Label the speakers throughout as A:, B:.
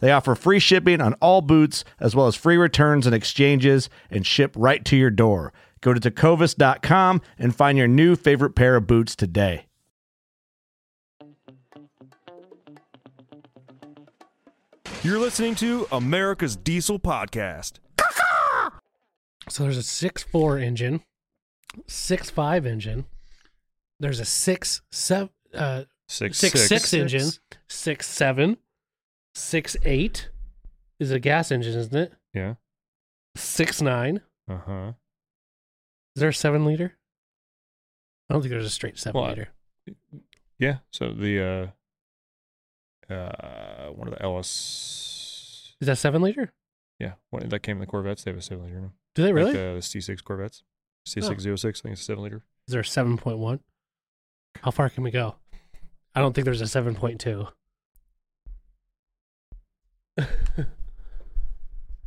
A: They offer free shipping on all boots, as well as free returns and exchanges, and ship right to your door. Go to tecovas.com and find your new favorite pair of boots today.
B: You're listening to America's Diesel Podcast.
C: So there's a six four engine, six five engine. There's a six seven, uh,
D: Six
C: six six, engine, six seven, six eight is a gas engine, isn't it?
D: Yeah.
C: Six nine.
D: Uh huh.
C: Is there a seven liter? I don't think there's a straight seven
D: Well, I-
C: liter.
D: Yeah. So the uh, uh, one of the LS.
C: Is that seven liter?
D: Yeah, one that came in the Corvettes. They have a seven liter. now.
C: Do they Oh, really?
D: Like uh, the, the C6 Corvettes. C606. I think it's a seven liter.
C: Is there a seven point one? How far can we go? I don't think there's a seven point two.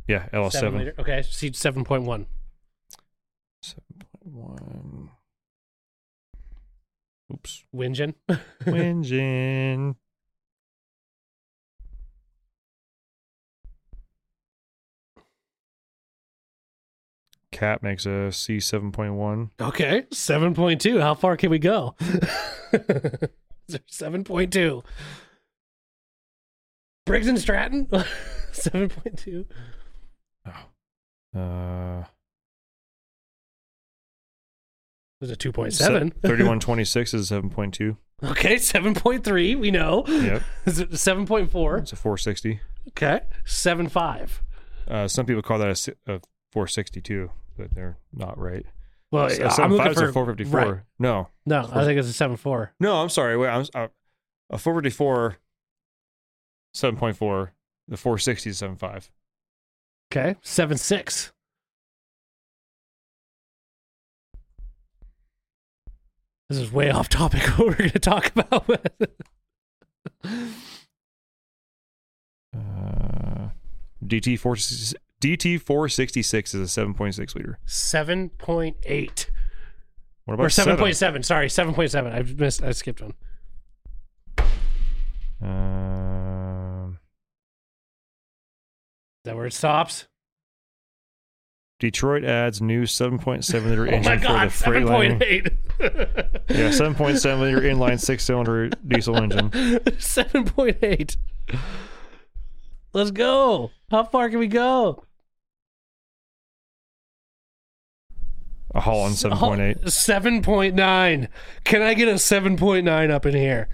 D: Yeah, LS7.
C: liter. Okay, see seven point one.
D: Seven point one. Oops.
C: Wingen.
D: Engine. Cat makes a C seven point one.
C: Okay, seven point two. How far can we go? seven point two. Briggs and Stratton, seven point two.
D: Uh,
C: Was it two point seven?
D: Thirty one twenty six is seven point two.
C: Okay, seven point three. We know.
D: Yep.
C: Is it seven point four?
D: It's a four sixty.
C: Okay, seven five.
D: Uh, some people call that a si- a, four sixty two, but they're not right.
C: Well,
D: S-
C: Oh, I'm
D: seven
C: looking
D: five is
C: for
D: a four fifty four.
C: right.
D: No,
C: No, I think it's a seven four.
D: no, I'm sorry. Wait, I'm uh, a four fifty four. Seven point four. The four sixty is seven five.
C: Okay, seven six. This is way off topic. What we're going to talk about?
D: Uh, DT four DT four sixty six is a seven point six liter.
C: seven point eight.
D: What about
C: Or seven point
D: seven?
C: seven. Sorry, seven point seven. I missed. I skipped one.
D: Um,
C: Is that where it stops?
D: Detroit adds new seven point seven liter
C: Oh
D: engine
C: my
D: for the
C: god, seven point
D: Freightliner.
C: eight.
D: Yeah, seven point seven liter inline six cylinder diesel engine.
C: seven point eight. Let's go. How far can we go?
D: A Holland seven point eight.
C: Oh, Seven point nine. Can I get a seven point nine up in here?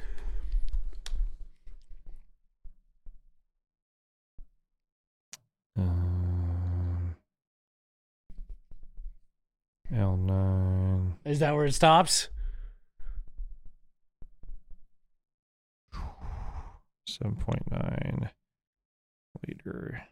D: Um, L nine.
C: Is that where it stops?
D: 7.9 liter.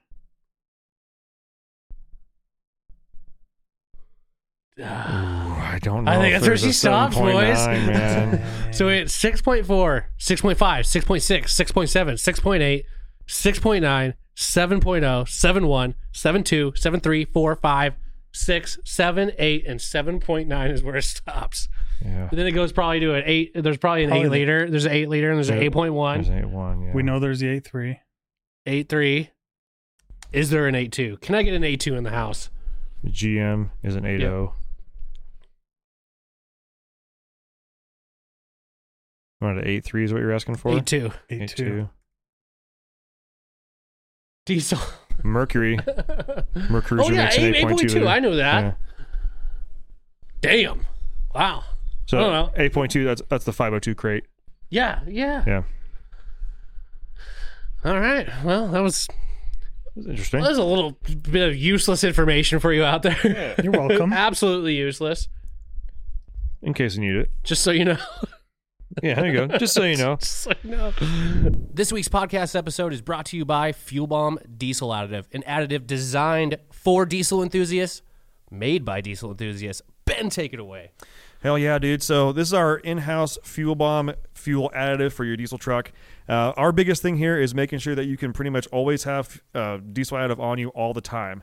D: Ooh, I don't know.
C: I think
D: if
C: that's where
D: there's
C: she
D: a
C: stops, boys.
D: 7.9, man.
C: So it's 6.4, 6.5, 6.6, 6.7, 6.8, oh, 6.9, 7.0, 7.1, 7.2, 7.3, 4.5, six, seven, eight, and seven point nine is where it stops.
D: Yeah.
C: And then it goes probably to an eight. There's probably an
E: Probably
C: eight
E: the-
C: liter. There's an eight liter, and there's an
D: Yeah.
C: eight point
D: There's
C: one,
D: eight one. Yeah.
E: We know there's the eight three.
C: eight three. Is there an eight two? Can I get an eight two in the house?
D: The GM is an eight oh. zero. What an eight three is what you're asking for.
C: Eight two.
E: Eight,
D: Eight
E: two.
D: two.
C: Diesel.
D: Mercury. Mercury
C: oh yeah,
D: makes an
C: eight
D: eight
C: point two. I know that.
D: Yeah.
C: Damn. Wow. I don't
D: So
C: know.
D: eight point two. That's that's the five hundred two crate.
C: Yeah, yeah.
D: Yeah.
C: All right. Well, that was
D: That's interesting.
C: that was a little bit of useless information for you out there.
E: You're welcome.
C: Absolutely useless.
D: In case you need it.
C: Just so you know.
D: Yeah. There you go. Just so you know.
C: Just so you know. This week's podcast episode is brought to you by Fuel Bomb Diesel Additive, an additive designed for diesel enthusiasts, made by diesel enthusiasts. Ben, take it away.
D: Hell yeah, dude. So this is our in-house fuel bomb fuel additive for your diesel truck. Uh, our biggest thing here is making sure that you can pretty much always have uh, diesel additive on you all the time.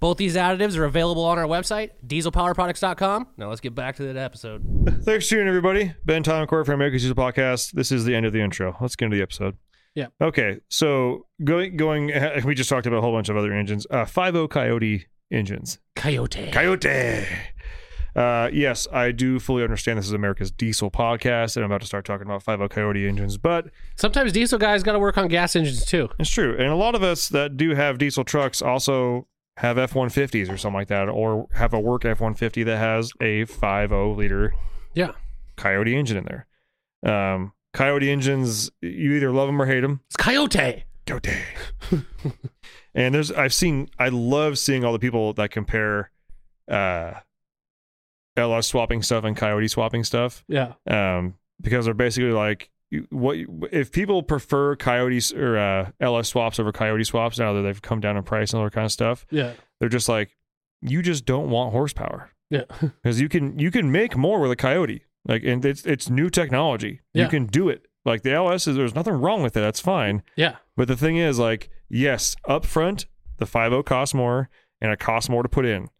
C: Both these additives are available on our website, dieselpowerproducts.com. Now let's get back to that episode.
D: Thanks for tuning in, everybody. Ben Tom Court from America's User Podcast. This is the end of the intro. Let's get into the episode.
C: Yeah.
D: Okay. So going going, we just talked about a whole bunch of other engines. Uh, 50 Coyote engines.
C: Coyote.
D: Coyote. Uh, yes, I do fully understand this is America's Diesel podcast, and I'm about to start talking about 50 Coyote engines, but
C: Sometimes diesel guys got to work on gas engines too.
D: it's true. And a lot of us that do have diesel trucks also have F 150s or something like that, or have a work F 150 that has a 50 liter
C: Yeah.
D: Coyote engine in there. Um, Coyote engines, you either love them or hate them.
C: It's Coyote.
D: Coyote. and there's I've seen I love seeing all the people that compare uh LR swapping stuff and coyote swapping stuff.
C: Yeah.
D: Um because they're basically like you- what if people prefer coyotes or uh LS swaps over coyote swaps now that they've come down in price and all that kind of stuff,
C: Yeah.
D: they're just like, you just don't want horsepower
C: Yeah.
D: because you can you can make more with a coyote like and it's it's new technology
C: Yeah.
D: you can do it like the ls is there's nothing wrong with it that's fine
C: Yeah.
D: but the thing is like yes up front the 50 costs more and it costs more to put in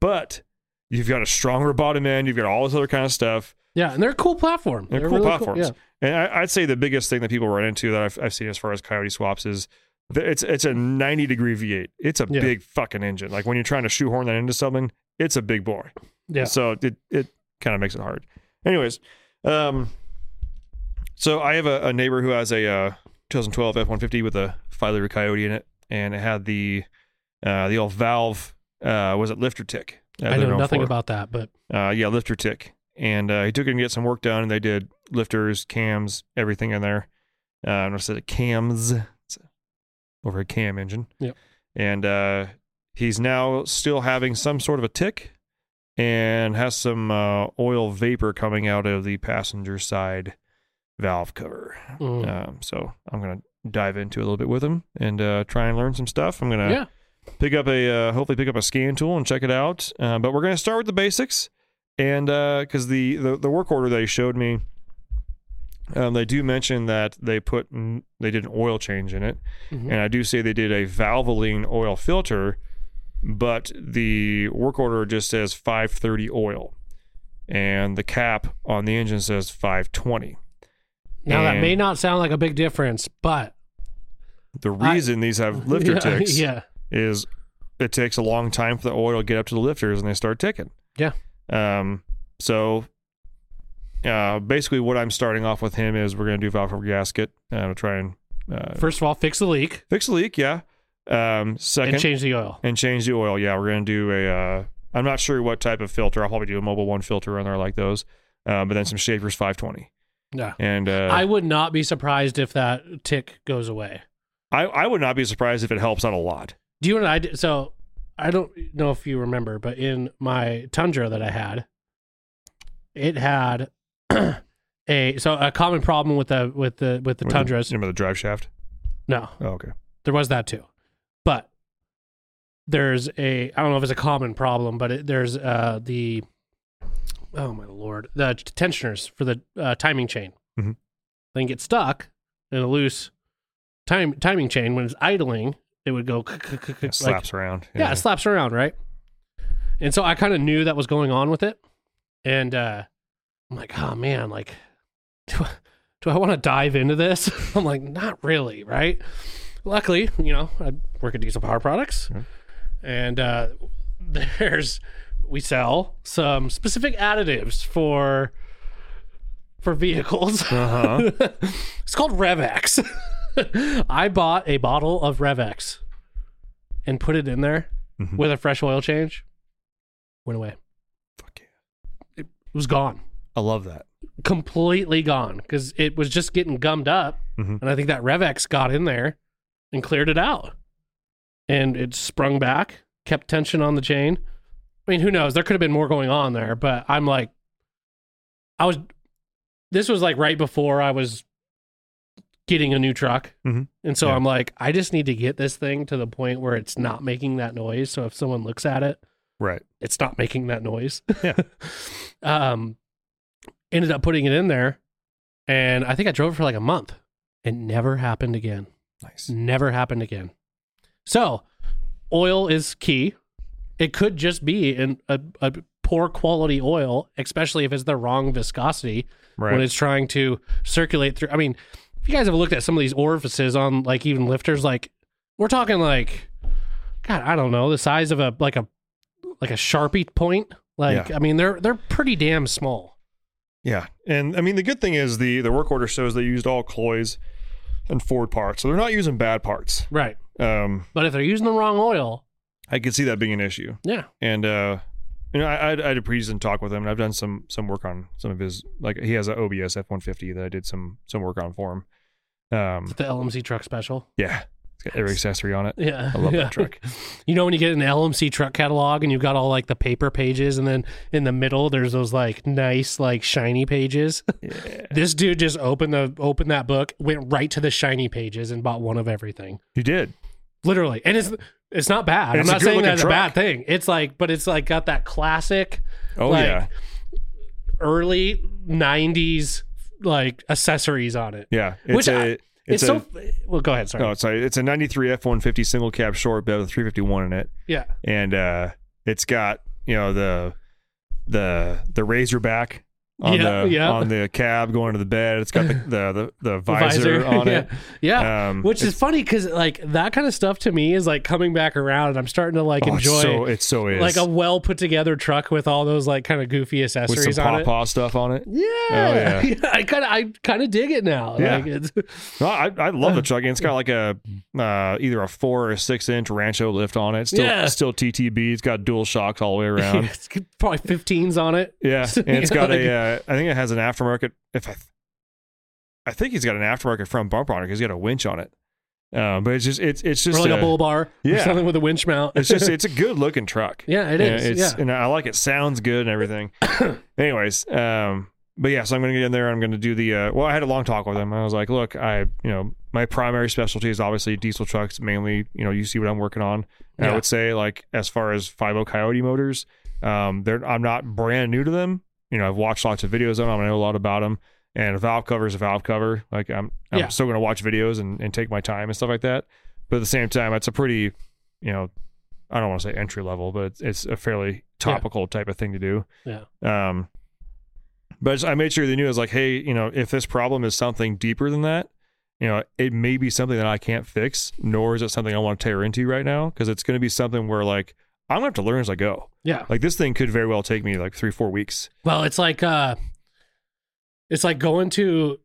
D: but you've got a stronger bottom end you've got all this other kind of stuff
C: Yeah. And they're a cool platform.
D: and
C: They're
D: cool
C: really
D: platforms
C: Yeah.
D: and I, i'd say the biggest thing that people run into that i've, I've seen as far as coyote swaps is that it's it's a 90 degree v8 it's a
C: Yeah.
D: big fucking engine like when you're trying to shoehorn that into something it's a big boy
C: Yeah.
D: so it it kind of makes it hard. Anyways, um, so I have a, a neighbor who has a uh, 2012 F150 with a five liter Coyote in it, and it had the uh, the old valve uh, was it lifter tick? that
C: I
D: they're
C: know
D: known
C: nothing
D: for.
C: about that, but
D: Uh, yeah, lifter tick, and uh, he took it and get some work done, and they did lifters, cams, everything in there. Uh, and I said cams it's over a cam engine.
C: Yep.
D: And uh, he's now still having some sort of a tick, and has some uh, oil vapor coming out of the passenger side valve cover.
C: mm.
D: Um, so I'm gonna dive into it a little bit with him and uh, try and learn some stuff. I'm gonna
C: Yeah.
D: pick up a uh, hopefully pick up a scan tool and check it out. Uh, but we're gonna start with the basics, and because the, the the work order they showed me, um, they do mention that they put n- they did an oil change in it,
C: Mhm.
D: and I do say they did a valvoline oil filter, but the work order just says 530 oil, and the cap on the engine says 520.
C: Now that may
D: And-
C: not sound like a big difference, but
D: The
C: I-
D: reason these have lifter
C: yeah,
D: ticks
C: Yeah,
D: is it takes a long time for the oil to get up to the lifters and they start ticking.
C: Yeah.
D: Um, so uh, basically, what I'm starting off with him is we're going to do valve cover gasket uh, to try and Uh,
C: First of all, fix the leak
D: fix the leak, yeah. Um, second,
C: and change the oil.
D: and change the oil. Yeah, we're gonna do a. Uh, I'm not sure what type of filter. I'll probably do a mobile one filter on there like those, uh, but then some Schaefer's 520.
C: Yeah.
D: And uh,
C: I would not be surprised if that tick goes away.
D: I I would not be surprised if it helps out a lot.
C: Do you know what I did? So I don't know if you remember, but in my Tundra that I had, it had a so a common problem with the with the with the
D: With
C: Tundras.
D: remember the drive shaft?
C: No,
D: Oh, okay.
C: there was that too, but there's a I don't know if it's a common problem, but it, there's uh the oh my lord the t- tensioners for the uh, timing chain.
D: Mhm.
C: They can get stuck in a loose time timing chain when it's idling. It would go
D: It
C: like
D: slaps around.
C: yeah, it slaps around, right? And so I kind of knew that was going on with it, and uh, I'm like, oh man, like, do I, do I want to dive into this? I'm like, not really, right? Luckily, you know, I work at Diesel Power Products,
D: Mm-hmm.
C: and uh, there's we sell some specific additives for for vehicles.
D: Uh-huh.
C: it's called Revex. I bought a bottle of Revex and put it in there
D: Mm-hmm.
C: with a fresh oil change. Went away.
D: Fuck yeah.
C: It was gone.
D: I love that.
C: Completely gone because it was just getting gummed up.
D: Mhm.
C: And I think that Revex got in there and cleared it out. And it sprung back, kept tension on the chain. I mean, who knows? There could have been more going on there, but I'm like, I was, this was like right before I was getting a new truck.
D: Mhm.
C: And so
D: Yeah.
C: I'm like, I just need to get this thing to the point where it's not making that noise. So if someone looks at it,
D: Right.
C: it's not making that noise.
D: Yeah.
C: um, ended up putting it in there, and I think I drove it for like a month. It never happened again.
D: Nice.
C: Never happened again. So, oil is key. It could just be in a, a poor quality oil, especially if it's the wrong viscosity
D: Right.
C: when it's trying to circulate through. I mean, if you guys have looked at some of these orifices on like even lifters, like we're talking like, God, I don't know, the size of a like a like a sharpie point. Like,
D: Yeah.
C: I mean, they're they're pretty damn small.
D: Yeah, and I mean the good thing is the the work order shows they used all Cloy's and Ford parts, so they're not using bad parts.
C: Right.
D: Um,
C: But if they're using the wrong oil,
D: I could see that being an issue,
C: yeah,
D: and uh, you know I, I, I had a pre-season talk with him, and I've done some some work on some of his like he has an OBS F one fifty that I did some some work on for him. Um,
C: the LMC truck special.
D: yeah, it's got every accessory on it.
C: Yeah.
D: I love
C: yeah.
D: that truck.
C: You know when you get an LMC truck catalog and you've got all like the paper pages and then in the middle there's those like nice like shiny pages. this dude just opened the opened that book, went right to the shiny pages and bought one of everything.
D: You did.
C: Literally. And it's it's not bad.
D: And
C: I'm
D: it's a
C: not saying
D: good-looking
C: that's a
D: truck.
C: bad thing. It's like but it's like got that classic
D: Oh
C: Like-
D: yeah,
C: early 90s like accessories on it.
D: yeah.
C: Which
D: It's a
C: I- It's,
D: a,
C: so well go ahead, sorry.
D: no, it's a oh, it's a ninety three F one fifty single cab short bed with three fifty one in it.
C: yeah.
D: and uh it's got you know the the the razor back on
C: Yeah,
D: the
C: yeah.
D: on the cab going to the bed it's got the the the, the visor, on
C: yeah.
D: it
C: Yeah.
D: Um,
C: Which is
D: it's-
C: funny because like that kind of stuff to me is like coming back around and I'm starting to like
D: Oh, it's
C: enjoy
D: so it so is
C: like a well put together truck with all those like kind of goofy
D: with
C: accessories
D: some
C: on it.
D: pawpaw stuff on it
C: Yeah.
D: yeah.
C: I kind of I kind of dig it now.
D: Yeah.
C: Like it's,
D: no, I, I love the truck and it's got like a uh either a four or a six inch rancho lift on it still
C: Yeah.
D: still ttb it's got dual shocks all the way around
C: it's probably 15s on it.
D: Yeah, and it's got
C: Like-
D: a. Uh, I think it has an aftermarket. If I, th- I think he's got an aftermarket front bumper on it. 'cause He's got a winch on it. Um, but it's just it's it's just
C: or like a,
D: a-
C: bull bar or
D: yeah.
C: something with a winch mount.
D: It's just it's a good looking truck.
C: Yeah, it
D: And
C: is,
D: It's,
C: yeah.
D: and I like it. Sounds good and everything. Anyways, um, but yeah, so I'm gonna get in there. I'm gonna do the. Uh, well, I had a long talk with him. I was like, look, I you know my primary specialty is obviously diesel trucks. Mainly, you know, you see what I'm working on. And I
C: Yeah.
D: would say like as far as 50 Coyote motors, um, they're I'm not brand new to them. You know, I've watched lots of videos on them. I know a lot about them. And a valve cover is a valve cover. Like I'm, I'm
C: Yeah.
D: still gonna watch videos and, and take my time and stuff like that. But at the same time, it's a pretty, you know, I don't want to say entry level, but it's, it's a fairly topical type of thing to do.
C: Yeah.
D: Um, but I just- I made sure they knew I was like, hey, you know, if this problem is something deeper than that, you know, it may be something that I can't fix, nor is it something I want to tear into right now because it's going to be something where like I'm gonna have to learn as I go.
C: yeah.
D: Like this thing could very well take me like three, four weeks.
C: Well, it's like uh it's like going to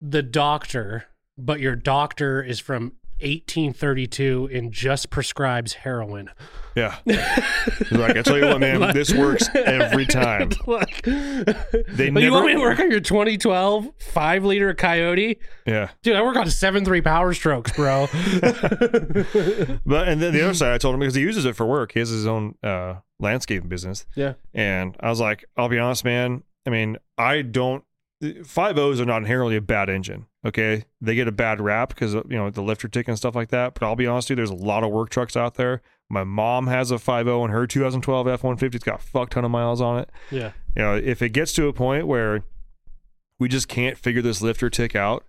C: the doctor but your doctor is from 1832 and just prescribes heroin.
D: Yeah. like, I tell you what, man, this works every time.
C: Like, but
D: They
C: you
D: never.
C: want me to work on your 2012 five liter coyote?
D: yeah.
C: Dude, I work on seven three power strokes, bro.
D: But and then the other side, I told him because he uses it for work. He has his own uh, landscaping business.
C: Yeah.
D: And I was like, I'll be honest, man. I mean, I don't. Five O's are not inherently a bad engine. Okay, they get a bad rap because you know the lifter tick and stuff like that. But I'll be honest with you, there's a lot of work trucks out there. My mom has a 5.0 in her 2012 F150. It's got a fuck ton of miles on it.
C: yeah.
D: you know, if it gets to a point where we just can't figure this lifter tick out,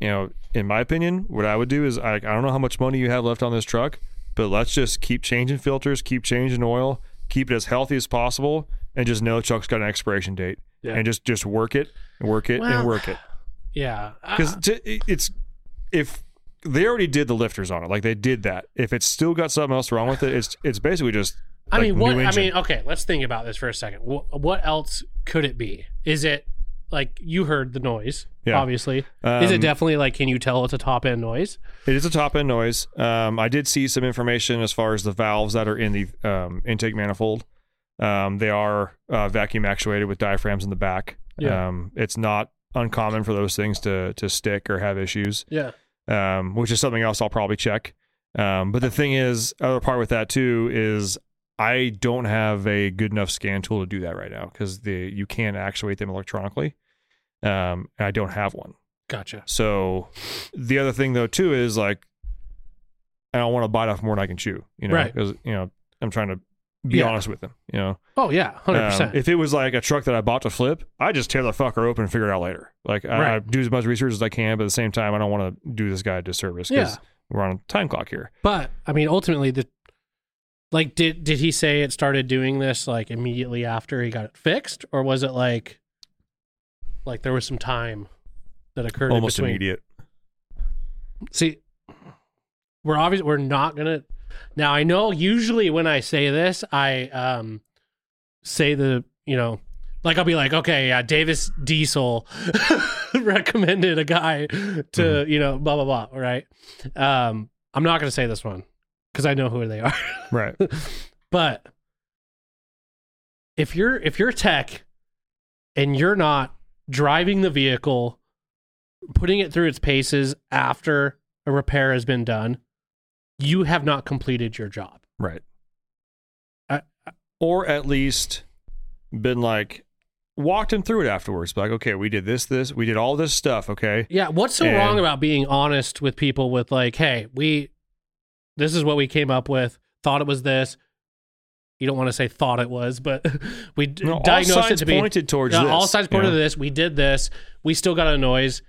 D: you know, in my opinion, what I would do is I, I don't know how much money you have left on this truck, but let's just keep changing filters, keep changing oil, keep it as healthy as possible, and just know the truck's got an expiration date,
C: Yeah.
D: and just just work it, and work it,
C: Well,
D: and work it,
C: Yeah.
D: because it's if they already did the lifters on it, like they did that. If it's still got something else wrong with it, it's it's basically just.
C: I
D: like,
C: mean, what?
D: new
C: I
D: engine.
C: mean, okay, let's think about this for a second. What, what else could it be? Is it like you heard the noise?
D: Yeah.
C: Obviously, is
D: Um,
C: it definitely like can you tell it's a top end noise?
D: It is a top end noise. Um, I did see some information as far as the valves that are in the um, intake manifold. Um, they are uh, vacuum actuated with diaphragms in the back.
C: Yeah.
D: Um, it's not uncommon for those things to to stick or have issues,
C: Yeah,
D: um, which is something else I'll probably check. Um, but the thing is, other part with that too is I don't have a good enough scan tool to do that right now because the you can actuate them electronically, um, and I don't have one.
C: gotcha.
D: So the other thing though too is like I don't want to bite off more than I can chew, you know,
C: Right.
D: because you know I'm trying to be
C: Yeah.
D: honest with them, you know.
C: Oh yeah, hundred
D: Um,
C: percent.
D: if it was like a truck that I bought to flip, I just tear the fucker open and figure it out later. Like I, I
C: Right.
D: do as much research as I can, but at the same time, I don't want to do this guy a disservice because
C: Yeah.
D: we're on a time clock here.
C: But I mean, ultimately, the like did did he say it started doing this like immediately after he got it fixed, or was it like like there was some time that occurred in
D: Almost
C: between?
D: immediate.
C: See, we're obviously we're not gonna. Now I know usually when I say this, I um say the you know like I'll be like, okay, yeah, Davis Diesel recommended a guy to you know blah blah blah, right? Um, I'm not gonna say this one because I know who they are,
D: Right.
C: but if you're if you're tech and you're not driving the vehicle putting it through its paces after a repair has been done, you have not completed your job.
D: Right.
C: I-
D: or at least been like walked him through it afterwards. Like, okay, we did this, this, we did all this stuff. Okay.
C: Yeah, what's so
D: And-
C: wrong about being honest with people with like, hey, we this is what we came up with, thought it was this. You don't want to say thought it was, but we d-
D: No, all
C: diagnosed it
D: signs
C: to be
D: pointed towards
C: Yeah,
D: this,
C: all signs pointed
D: you know?
C: to this. We did this. We still got a noise.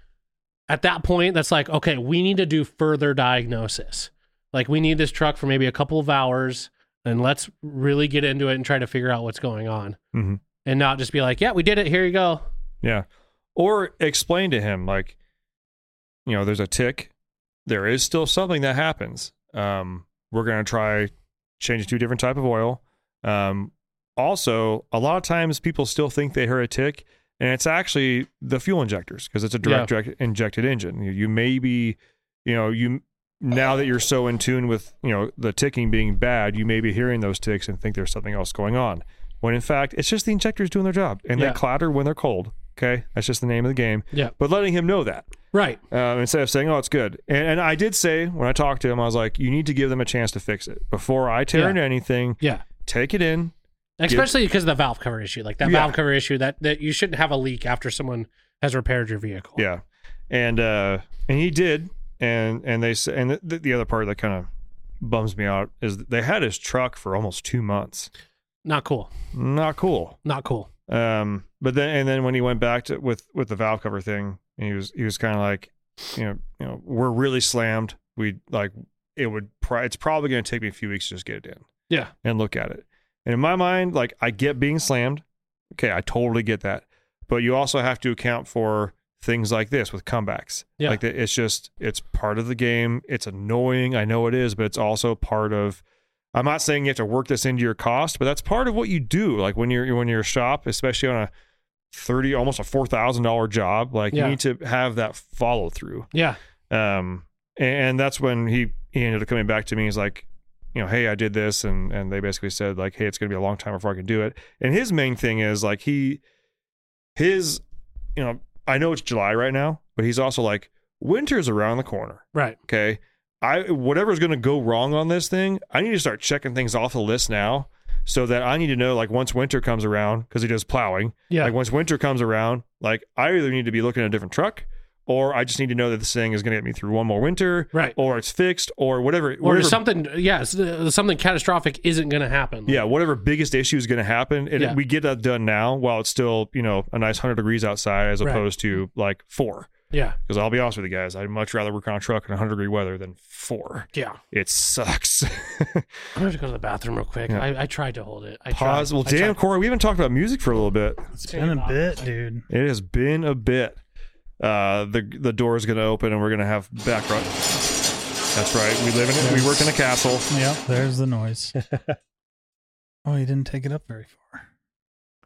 C: At that point, that's like, okay, we need to do further diagnosis. Like we need this truck for maybe a couple of hours and let's really get into it and try to figure out what's going on.
D: Mhm.
C: And not just be like, yeah, we did it. Here you go.
D: Yeah. Or explain to him like, you know, there's a tick. There is still something that happens. Um, we're gonna try changing to a different type of oil. Um, also, a lot of times people still think they heard a tick, and it's actually the fuel injectors because it's a direct, direct injected engine. You, you may be, you know, you now that you're so in tune with you know the ticking being bad, you may be hearing those ticks and think there's something else going on. When in fact, it's just the injectors doing their job, and
C: Yeah.
D: they clatter when they're cold. Okay, that's just the name of the game.
C: Yeah.
D: But letting him know that
C: Right.
D: um, instead of saying, "Oh, it's good," and, and I did say when I talked to him, I was like, "You need to give them a chance to fix it before I tear
C: Yeah.
D: into anything.
C: Yeah.
D: Take it in,
C: especially because of the valve cover issue like that
D: Yeah.
C: valve cover issue that, that you shouldn't have a leak after someone has repaired your vehicle
D: Yeah, and uh, and he did, and and they s- and the, the other part that kind of bums me out is they had his truck for almost two months.
C: not cool
D: Not cool.
C: not cool
D: Um, but then and then when he went back to with with the valve cover thing, he was he was kind of like, you know, you know, we're really slammed. We like it would. Pri- it's probably going to take me a few weeks to just get it in.
C: Yeah.
D: and look at it. And in my mind, like I get being slammed. Okay, I totally get that. But you also have to account for things like this with comebacks.
C: Yeah.
D: Like that it's just it's part of the game. It's annoying. I know it is, but it's also part of I'm not saying you have to work this into your cost, but that's part of what you do. Like when you're when you're a shop, especially on a thirty almost a four thousand dollar job, like
C: Yeah.
D: you need to have that follow through.
C: yeah
D: Um, and, and that's when he, he ended up coming back to me. He's like, you know, hey, I did this, and and they basically said like, hey, it's gonna be a long time before I can do it. And his main thing is like he, his, you know, I know it's July right now, but he's also like, winter's around the corner
C: Right.
D: okay i whatever's going to go wrong on this thing i need to start checking things off the list now so that i need to know like once winter comes around because he does plowing
C: Yeah.
D: like once winter comes around like i either need to be looking at a different truck or i just need to know that this thing is going to get me through one more winter
C: Right.
D: or it's fixed or whatever
C: or
D: whatever-
C: something yeah s- uh, something catastrophic isn't going to happen
D: yeah whatever biggest issue is going to happen and
C: Yeah.
D: we get that done now while it's still you know a nice 100 degrees outside as
C: Right.
D: opposed to like four
C: yeah
D: because i'll be honest with you guys i'd much rather work on a truck in 100 degree weather than four
C: yeah
D: it sucks
C: i'm going to go to the bathroom real quick I, I tried to hold it i tried.
D: Pause. Well,
C: I
D: damn,
C: tried.
D: Corey, we haven't talked about music for a little bit.
E: It's been a bit, dude.
D: It has been a bit. Uh, the the door is going to open, and we're going to have background. That's right. We live in we work in a castle.
E: Yep, there's the noise. oh, you didn't take it up very far.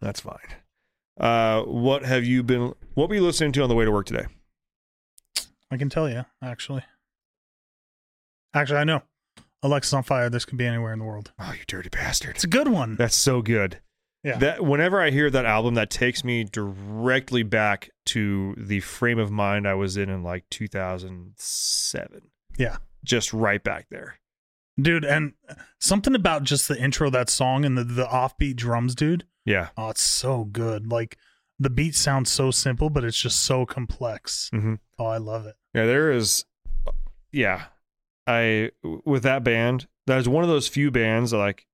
D: That's fine. Uh, what have you been? What were you listening to on the way to work today?
E: I can tell you, actually. Actually, I know. Alexa's on fire. This could be anywhere in the world.
D: Oh, you dirty bastard!
E: It's a good one.
D: That's so good.
E: Yeah.
D: That whenever I hear that album, that takes me directly back to the frame of mind I was in in like 2007.
E: Yeah.
D: Just right back there.
E: Dude, and something about just the intro of that song and the, the offbeat drums, dude.
D: Yeah.
E: Oh, it's so good. Like the beat sounds so simple, but it's just so complex.
D: Mm-hmm.
E: Oh, I love it.
D: Yeah, there is. Yeah, I with that band. That is one of those few bands that like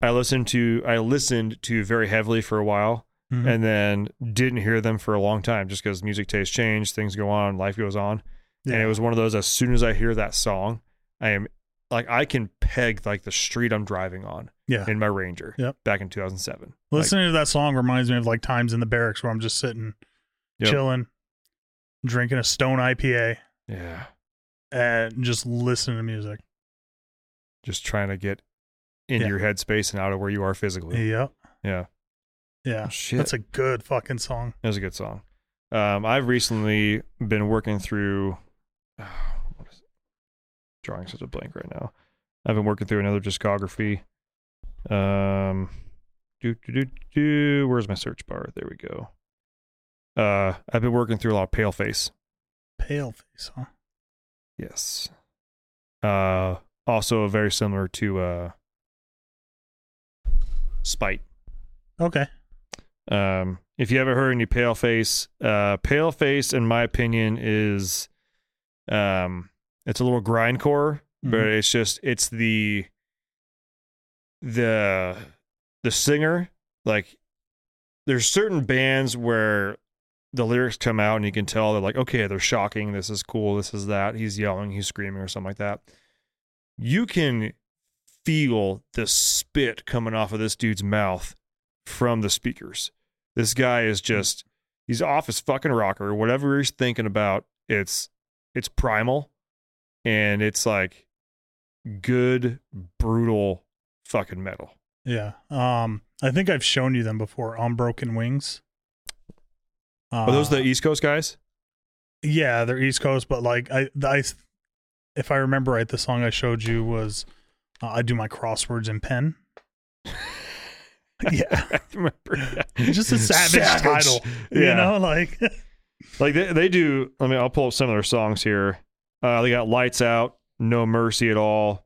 D: I listened to. I listened to very heavily for a while,
E: Mhm.
D: and then didn't hear them for a long time, just because music tastes change, things go on, life goes on. And
E: Yeah.
D: it was one of those. As soon as I hear that song, I am like I can peg like the street I'm driving on
E: Yeah.
D: in my Ranger.
E: Yep.
D: Back in 2007. Like,
E: Listening to that song reminds me of like times in the barracks where I'm just sitting,
D: Yep.
E: chilling, drinking a stone IPA,
D: yeah.
E: and just listening to music.
D: Just trying to get into
E: Yeah.
D: your headspace and out of where you are physically.
E: Yep.
D: Yeah.
E: Yeah.
D: Oh, Shit.
E: That's a good fucking song.
D: It was a good song. Um, I've recently been working through. what is- drawing such a blank right now. I've been working through another discography. Um, do do do do. Where's my search bar? There we go. Uh, I've been working through a lot of Paleface.
E: Pale face, huh?
D: Yes. Uh, also very similar to uh, Spite.
E: Okay.
D: Um, if you ever heard any Paleface, uh, Paleface, in my opinion, is um, it's a little grindcore, but
E: Mhm.
D: it's just it's the the the singer. Like, there's certain bands where the lyrics come out and you can tell they're like, okay, they're shocking. This is cool. This is that. He's yelling. He's screaming or something like that. You can feel the spit coming off of this dude's mouth from the speakers. This guy is just he's off his fucking rocker. Whatever he's thinking about, it's it's primal and it's like good brutal fucking metal.
E: Yeah. Um, I think I've shown you them before. Unbroken Wings. Uh,
D: Are those the East Coast guys?
E: Yeah, they're East Coast, but like I, I, if I remember right, the song I showed you was uh, "I Do My Crosswords in Pen." yeah,
D: I remember.
E: just a savage, title, you
D: Yeah.
E: know, like
D: Like they, they do. I mean, I'll pull up some of their songs here. Uh, they got "Lights Out," "No Mercy at All,"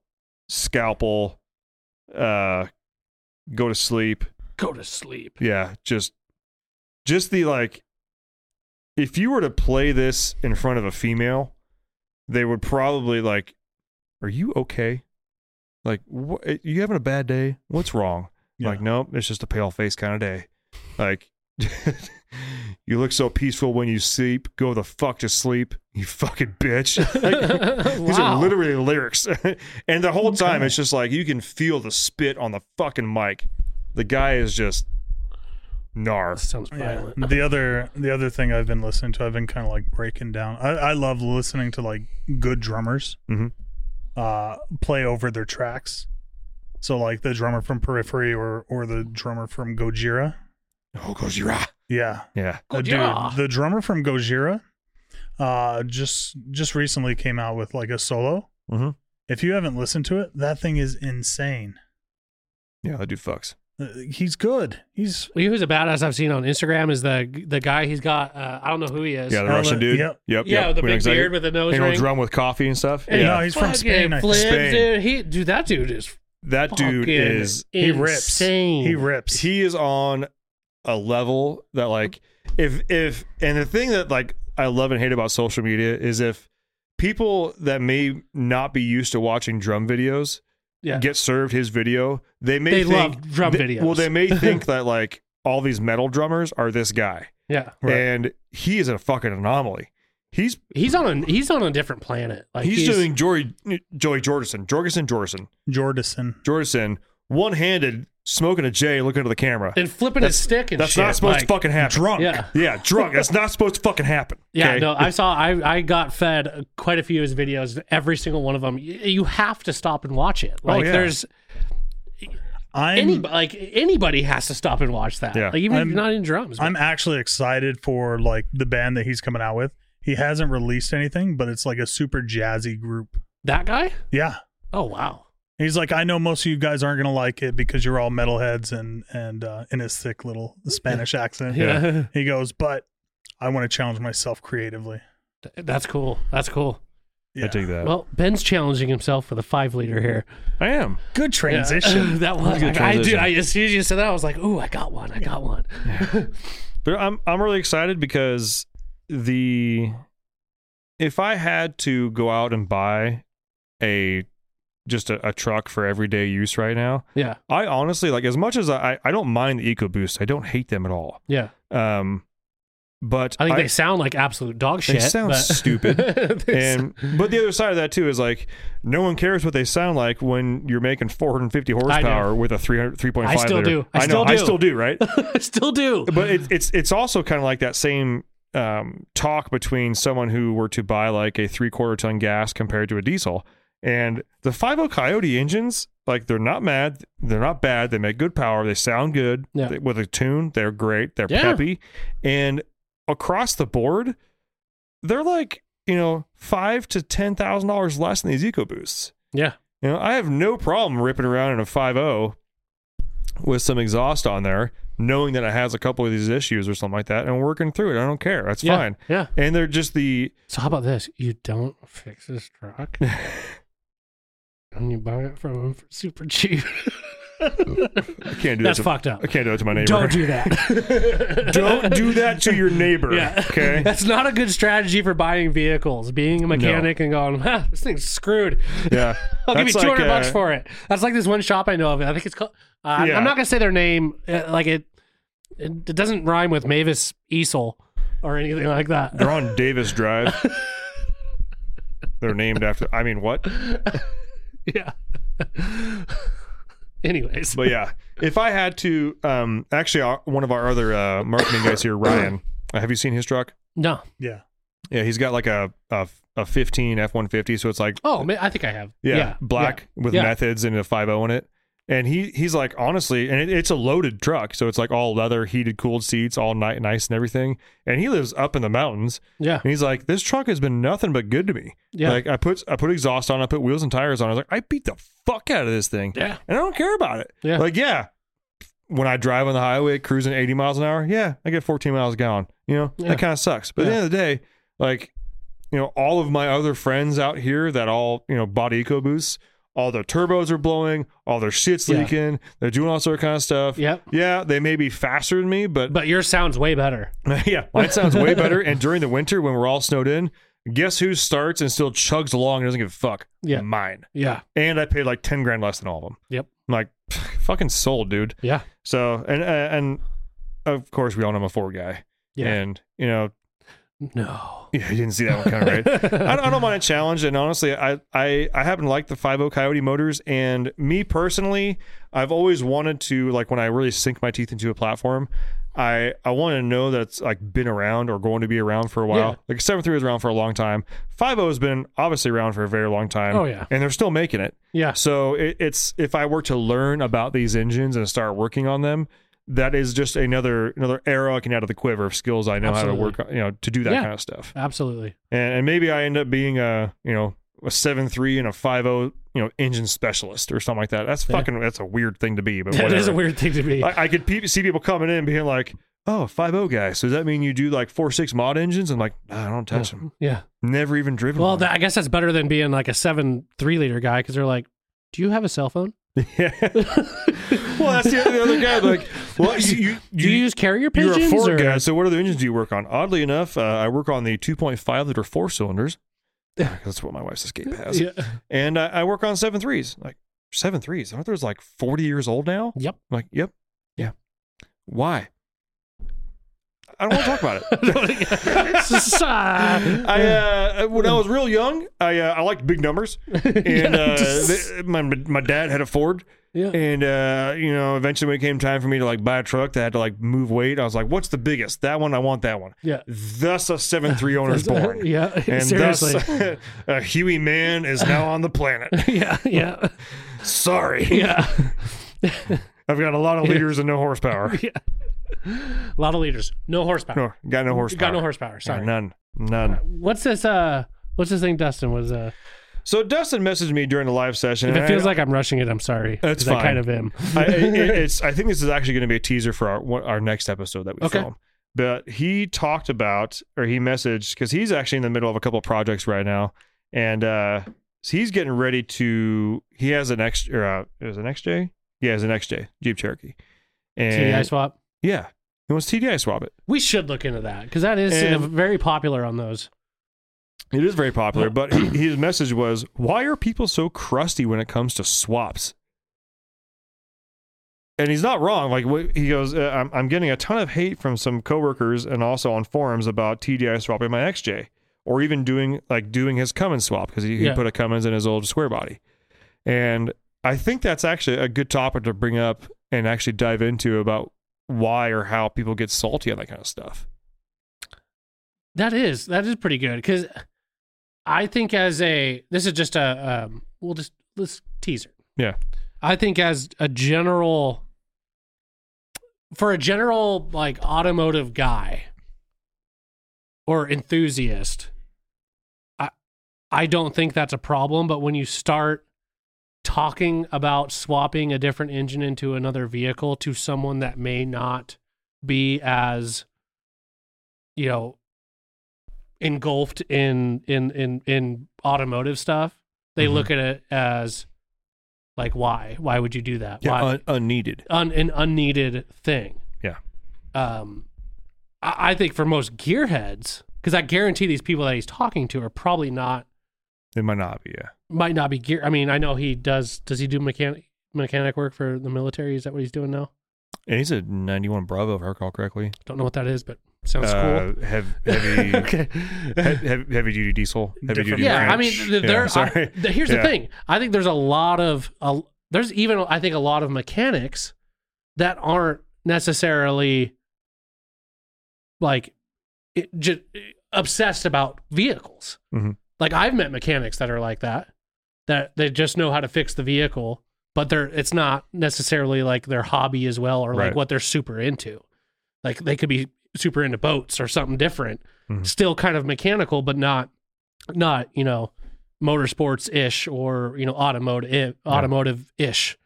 D: "Scalpel," uh, "Go to Sleep."
C: go to sleep
D: Yeah, just, just the like. If you were to play this in front of a female, they would probably like, "Are you okay? Like, what? You having a bad day? What's wrong?"
E: Yeah.
D: Like, nope, it's just a pale face kind of day. Like, you look so peaceful when you sleep. Go the fuck to sleep, you fucking bitch. Like, These are
C: Wow.
D: literally the lyrics. and the whole time,
E: Okay.
D: it's just like you can feel the spit on the fucking mic. The guy is just
C: that
D: gnar.
C: sounds
E: Yeah.
C: violent
E: The other the other thing I've been listening to, I've been kind of like breaking down. I, I love listening to like good drummers
D: Mhm.
E: uh, play over their tracks. So like the drummer from Periphery or or the drummer from Gojira.
D: Oh, Gojira.
E: Yeah,
D: Yeah.
E: Uh,
C: Gojira.
E: dude, the drummer from Gojira. uh, just just recently came out with like a solo.
D: Mhm.
E: If you haven't listened to it, that thing is insane.
D: Yeah, that dude fucks.
E: Uh, he's good. He's
C: Well, you know who's a badass I've seen on Instagram is the the guy he's got. Uh, I don't know who he is.
D: Yeah, the
E: Outlet-
D: Russian dude.
E: yep.
D: yep.
C: Yeah,
D: yep.
C: with the
D: We know
C: big
D: exactly-
C: beard with the nose
D: Hanging on a
C: ring.
D: drum with coffee and stuff.
C: And
D: yeah,
E: No, he's from
C: fucking
E: Spain, I think.
C: flips,
D: Spain.
C: Dude, he, dude, that dude is.
D: that dude
C: fucking
D: is
E: he rips.
C: insane.
E: He rips.
D: he is on a level that like if if and the thing that like I love and hate about social media is if people that may not be used to watching drum videos
C: Yeah.
D: get served his video, they may
C: They
D: think,
C: love drum
D: they- Well,
C: videos.
D: they may think that like all these metal drummers are this guy,
C: Yeah,
D: and he is a fucking anomaly. He's
C: he's on a he's on a different planet. Like
D: he's, doing Jory Joey Jordison, Jorgensen, Jordison,
E: Jordison.
D: Jordison, one handed, smoking a J, looking to the camera.
C: and flipping his stick and
D: That's
C: shit.
D: not supposed to
C: like-
D: fucking happen.
E: Drunk.
C: Yeah.
D: Yeah, drunk. That's not supposed to fucking happen.
C: Yeah,
D: okay?
C: no, I saw. I I got fed quite a few of his videos. Every single one of them, Y- you have to stop and watch it. Like
D: Oh, yeah.
C: there's
E: I'm
C: any like anybody has to stop and watch that.
D: Yeah.
C: Like even if
E: I'm-
C: you're not in drums.
E: I'm actually excited for like the band that he's coming out with. He hasn't released anything, but it's like a super jazzy group.
C: that guy.
E: Yeah.
C: Oh wow.
E: He's like, I know most of you guys aren't gonna like it because you're all metalheads and and uh, in his thick little Spanish accent.
C: Yeah.
E: He goes, but I want to challenge myself creatively.
C: That's cool. That's cool.
E: Yeah.
D: I take that.
C: Well, Ben's challenging himself with a five liter here.
D: I am.
E: Good transition.
C: Yeah. that was.
D: good
C: Like, I dude.
D: transition.
C: I, as soon as you said that, I was like, "Ooh, I got one. I got one."
D: But I'm I'm really excited because the if I had to go out and buy a just a, a truck for everyday use right now,
C: Yeah.
D: I honestly like as much as I I don't mind the EcoBoost. I don't hate them at all.
C: Yeah.
D: Um, but
C: I think they sound like absolute dog
D: They
C: shit.
D: sound
C: but-
D: stupid.
C: They
D: and but the other side of that too is like no one cares what they sound like when you're making 450 horsepower with a 300 3.5
C: I still
D: liter.
C: do. I
D: know
C: still
D: I
C: do.
D: still do right
C: sound- still do.
D: but it, it's it's also kind of like that same um, talk between someone who were to buy like a three quarter ton gas compared to a diesel and the 50 coyote engines like they're not mad they're not bad they make good power they sound good
C: Yeah.
D: They- with a tune they're great they're
C: Yeah.
D: peppy and across the board they're like you know five to ten thousand dollars less than these EcoBoosts.
C: Yeah.
D: You know, I have no problem ripping around in a 5.0 with some exhaust on there, knowing that it has a couple of these issues or something like that, and working through it. I don't care. That's
C: Yeah,
D: fine.
C: Yeah.
D: And they're just the
C: So how about this? You don't fix this truck, and you buy it from him for super cheap.
D: I can't do that.
C: That's
D: To,
C: fucked up.
D: I can't do that to my neighbor.
C: Don't do that.
D: Don't do that to your neighbor.
C: Yeah.
D: Okay.
C: That's not a good strategy for buying vehicles. Being a mechanic and going, huh, this thing's screwed.
D: Yeah.
C: I'll give you
D: That's
C: 200
D: like,
C: bucks
D: uh,
C: for it. That's like this one shop I know of. I think it's called, uh, I'm-
D: Yeah.
C: I'm not going to say their name. Uh, like it, it, it doesn't rhyme with Mavis Easel or anything like that.
D: They're on Davis Drive. they're named after. I mean, what?
C: yeah. Anyways.
D: But yeah, if I had to, um, actually, our, one of our other uh, marketing guys here, Ryan. uh, Have you seen his truck?
C: No.
E: yeah.
D: Yeah, he's got like a a, a 15 F150, so it's like
C: Oh, ma- I think I have.
D: yeah,
C: Yeah.
D: black with
C: Yeah.
D: methods and a 50 in it. And he he's like honestly, and it, it's a loaded truck, so it's like all leather, heated, cooled seats, all night nice and everything. And he lives up in the mountains,
C: Yeah.
D: and he's like, this truck has been nothing but good to me.
C: Yeah.
D: like I put I put exhaust on, I put wheels and tires on. I was like, I beat the fuck out of this thing,
C: Yeah.
D: and I don't care about it.
C: Yeah.
D: like yeah. When I drive on the highway cruising 80 miles an hour, yeah, I get 14 miles a gallon. You know,
C: Yeah.
D: that kind of sucks. But at
C: Yeah.
D: the end of the day, like you know, all of my other friends out here that all, you know, bought EcoBoosts, all their turbos are blowing, all their shit's
C: Yeah.
D: leaking, they're doing all sort of kind of stuff.
C: Yep.
D: Yeah, they may be faster than me, but,
C: But yours sounds way better.
D: yeah, mine sounds way better. And during the winter when we're all snowed in, guess who starts and still chugs along and doesn't give a fuck?
C: Yeah.
D: Mine.
C: Yeah.
D: And I paid like 10 grand less than all of them.
C: Yep.
D: I'm like, fucking sold, dude.
C: Yeah.
D: So, and, uh, and of course, we all know I'm a Ford guy.
C: Yeah.
D: And, you know,
C: No.
D: yeah, you didn't see that one coming, right? I, don't- I don't mind a challenge, and honestly, I I, I happen to like the 5.0 Coyote motors, and me personally, I've always wanted to like when I really sink my teeth into a platform, I I want to know that's like been around or going to be around for a while.
C: Yeah.
D: Like 7.3 was around for a long time. 5.0 has been obviously around for a very long time.
C: Oh, yeah.
D: and they're still making it.
C: Yeah.
D: So it, it's if I were to learn about these engines and start working on them, that is just another another arrow I can add to the quiver of skills I know how
C: Absolutely.
D: to work. on- You know, to do that
C: Yeah.
D: kind of stuff.
C: Absolutely.
D: And, and maybe I end up being a you know a seven three and a five zero you know engine specialist or something like that. That's
C: Yeah.
D: fucking that's a weird thing to be, but
C: That
D: whatever.
C: is a weird thing to be.
D: I, I could pe- see people coming in being like, "Oh, five zero guy. So does that mean you do like four six mod engines?" I'm like, nah, "I don't touch them.
C: yeah.
D: Never even driven."
C: Well,
D: one.
C: that, I guess that's better than being like a seven three liter guy because they're like, "Do you have a cell phone?
D: Yeah. well, that's the, the other guy. Like, well, you, you,
C: Do you, use carrier
D: you're
C: pigeons?"
D: a Ford
C: or-
D: guy, so what other engines do you work on? Oddly enough, uh, I work on the 2.5 liter four cylinders. That's what my wife's Escape has,
C: Yeah.
D: and I, I work on seven threes. Like seven threes, aren't those like 40 years old now?
C: Yep.
D: I'm like, yep, yeah. Why? I don't want to talk about it. I uh, when I was real young, I uh, I liked big numbers, and uh, th- my my dad had a Ford,
C: Yeah.
D: and uh, you know eventually when it came time for me to like buy a truck that had to like move weight, I was like, what's the biggest? That one, I want that one.
C: Yeah. uh,
D: Thus, a seven three owner is born.
C: Yeah.
D: And
C: Seriously.
D: thus, a Huey man is now on the planet.
C: yeah. Yeah.
D: Sorry,
C: Yeah.
D: I've got a lot of liters and no horsepower.
C: A lot of liters. No horsepower.
D: No, got no horsepower.
C: Got no horsepower.
D: Yeah,
C: Sorry.
D: none, none.
C: What's this? Uh, what's this thing? Dustin was. Uh,
D: So Dustin messaged me during the live session.
C: if
D: and I-
C: it feels like I'm rushing it, I'm sorry.
D: That's
C: 'cause I
D: fine.
C: kind of am.
D: I, I- it's. I think this is actually going to be a teaser for our what- our next episode that we
C: Okay.
D: film. But he talked about, or he messaged, because he's actually in the middle of a couple of projects right now, and uh, so he's getting ready to. He has an X, or uh, is it an XJ? Yeah, it's an XJ Jeep Cherokee,
C: TDI
D: and
C: swap.
D: yeah, he wants TDI swap it.
C: We should look into that because that is
D: And-
C: uh, very popular on those.
D: It is very popular, but he, his message was, "Why are people so crusty when it comes to swaps?" And he's not wrong. Like wh- he goes, uh, I'm, "I'm getting a ton of hate from some coworkers and also on forums about TDI swapping my XJ, or even doing like doing his Cummins swap because he, he
C: Yeah.
D: put a Cummins in his old square body." And I think that's actually a good topic to bring up and actually dive into about why or how people get salty on that kind of stuff.
C: That is that is pretty good because I think as a this is just a um, we'll just let's teaser.
D: Yeah.
C: I think as a general for a general like automotive guy or enthusiast, I I don't think that's a problem. But when you start talking about swapping a different engine into another vehicle to someone that may not be as you know engulfed in in in in automotive stuff they look at it as like why why would you do that why
D: un- unneeded.
C: un, an unneeded thing
D: uh, Yeah.
C: um i, I think for most gearheads because i guarantee these people that he's talking to are probably not
D: It might not be. Yeah.
C: might not be gear i mean i know he does does he do mechanic mechanic work for the military is that what he's doing now
D: And he's a 91 Bravo, if I recall correctly.
C: don't know what that is but sounds cool
D: Uh, hev- heavy,
C: okay
D: he- heavy, heavy duty diesel, heavy duty.
C: yeah i
D: ranch.
C: mean th-
D: Yeah,
C: there
D: sorry.
C: I, th- here's
D: Yeah.
C: the thing i think there's a lot of a there's even i think a lot of mechanics that aren't necessarily like it, just obsessed about vehicles
D: Mhm.
C: like i've met mechanics that are like that that they just know how to fix the vehicle but they're it's not necessarily like their hobby as well or
D: Right.
C: like what they're super into like they could be super into boats or something different
D: Mhm.
C: still kind of mechanical but not not you know motorsports ish or you know automotive automotive ish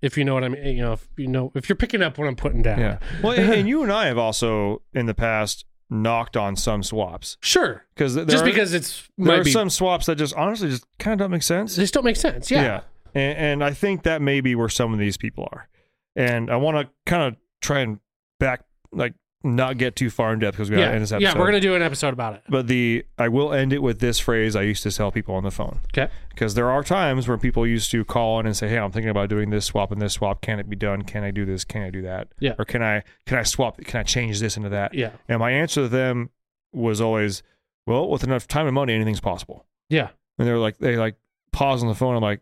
C: if you know what i mean you know if you know if you're picking up what i'm putting down
D: Yeah. Well, and, and you and I have also in the past knocked on some swaps
C: sure
D: because there
C: just
D: are,
C: because it's
D: there
C: might
D: are
C: be,
D: some swaps that just honestly just kind of don't make sense.
C: this don't make sense yeah,
D: And, and I think that may be where some of these people are. And I want to kind of try and back like not get too far in depth because we got to
C: yeah.
D: end this episode.
C: yeah we're gonna do an episode about it
D: But the I will end it with this phrase I used to tell people on the phone.
C: okay
D: because there are times where people used to call in and say, "Hey, I'm thinking about doing this swap and this swap. Can it be done? Can I do this? Can I do that?
C: Yeah.
D: Or can I can I swap? Can I change this into that?
C: yeah
D: And my answer to them was always, "Well, with enough time and money, anything's possible."
C: yeah
D: And they're like, they like pause on the phone. I'm like,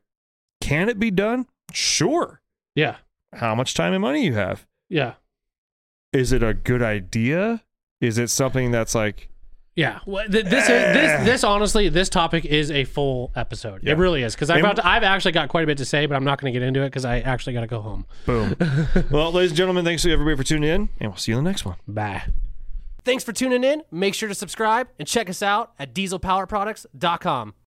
D: "Can it be done? Sure.
C: yeah
D: How much time and money you have?
C: yeah
D: Is it a good idea? Is it something that's like
C: Yeah, well, th- this is,
D: Eh.
C: this this honestly, this topic is a full episode. It really is because I've got- I've actually got quite a bit to say, but I'm not going to get into it because I actually got to go home.
D: Boom. well, ladies and gentlemen, thanks to everybody for tuning in, and we'll see you in the next one.
C: Bye.
F: Thanks for tuning in. Make sure to subscribe and check us out at dieselpowerproducts.com.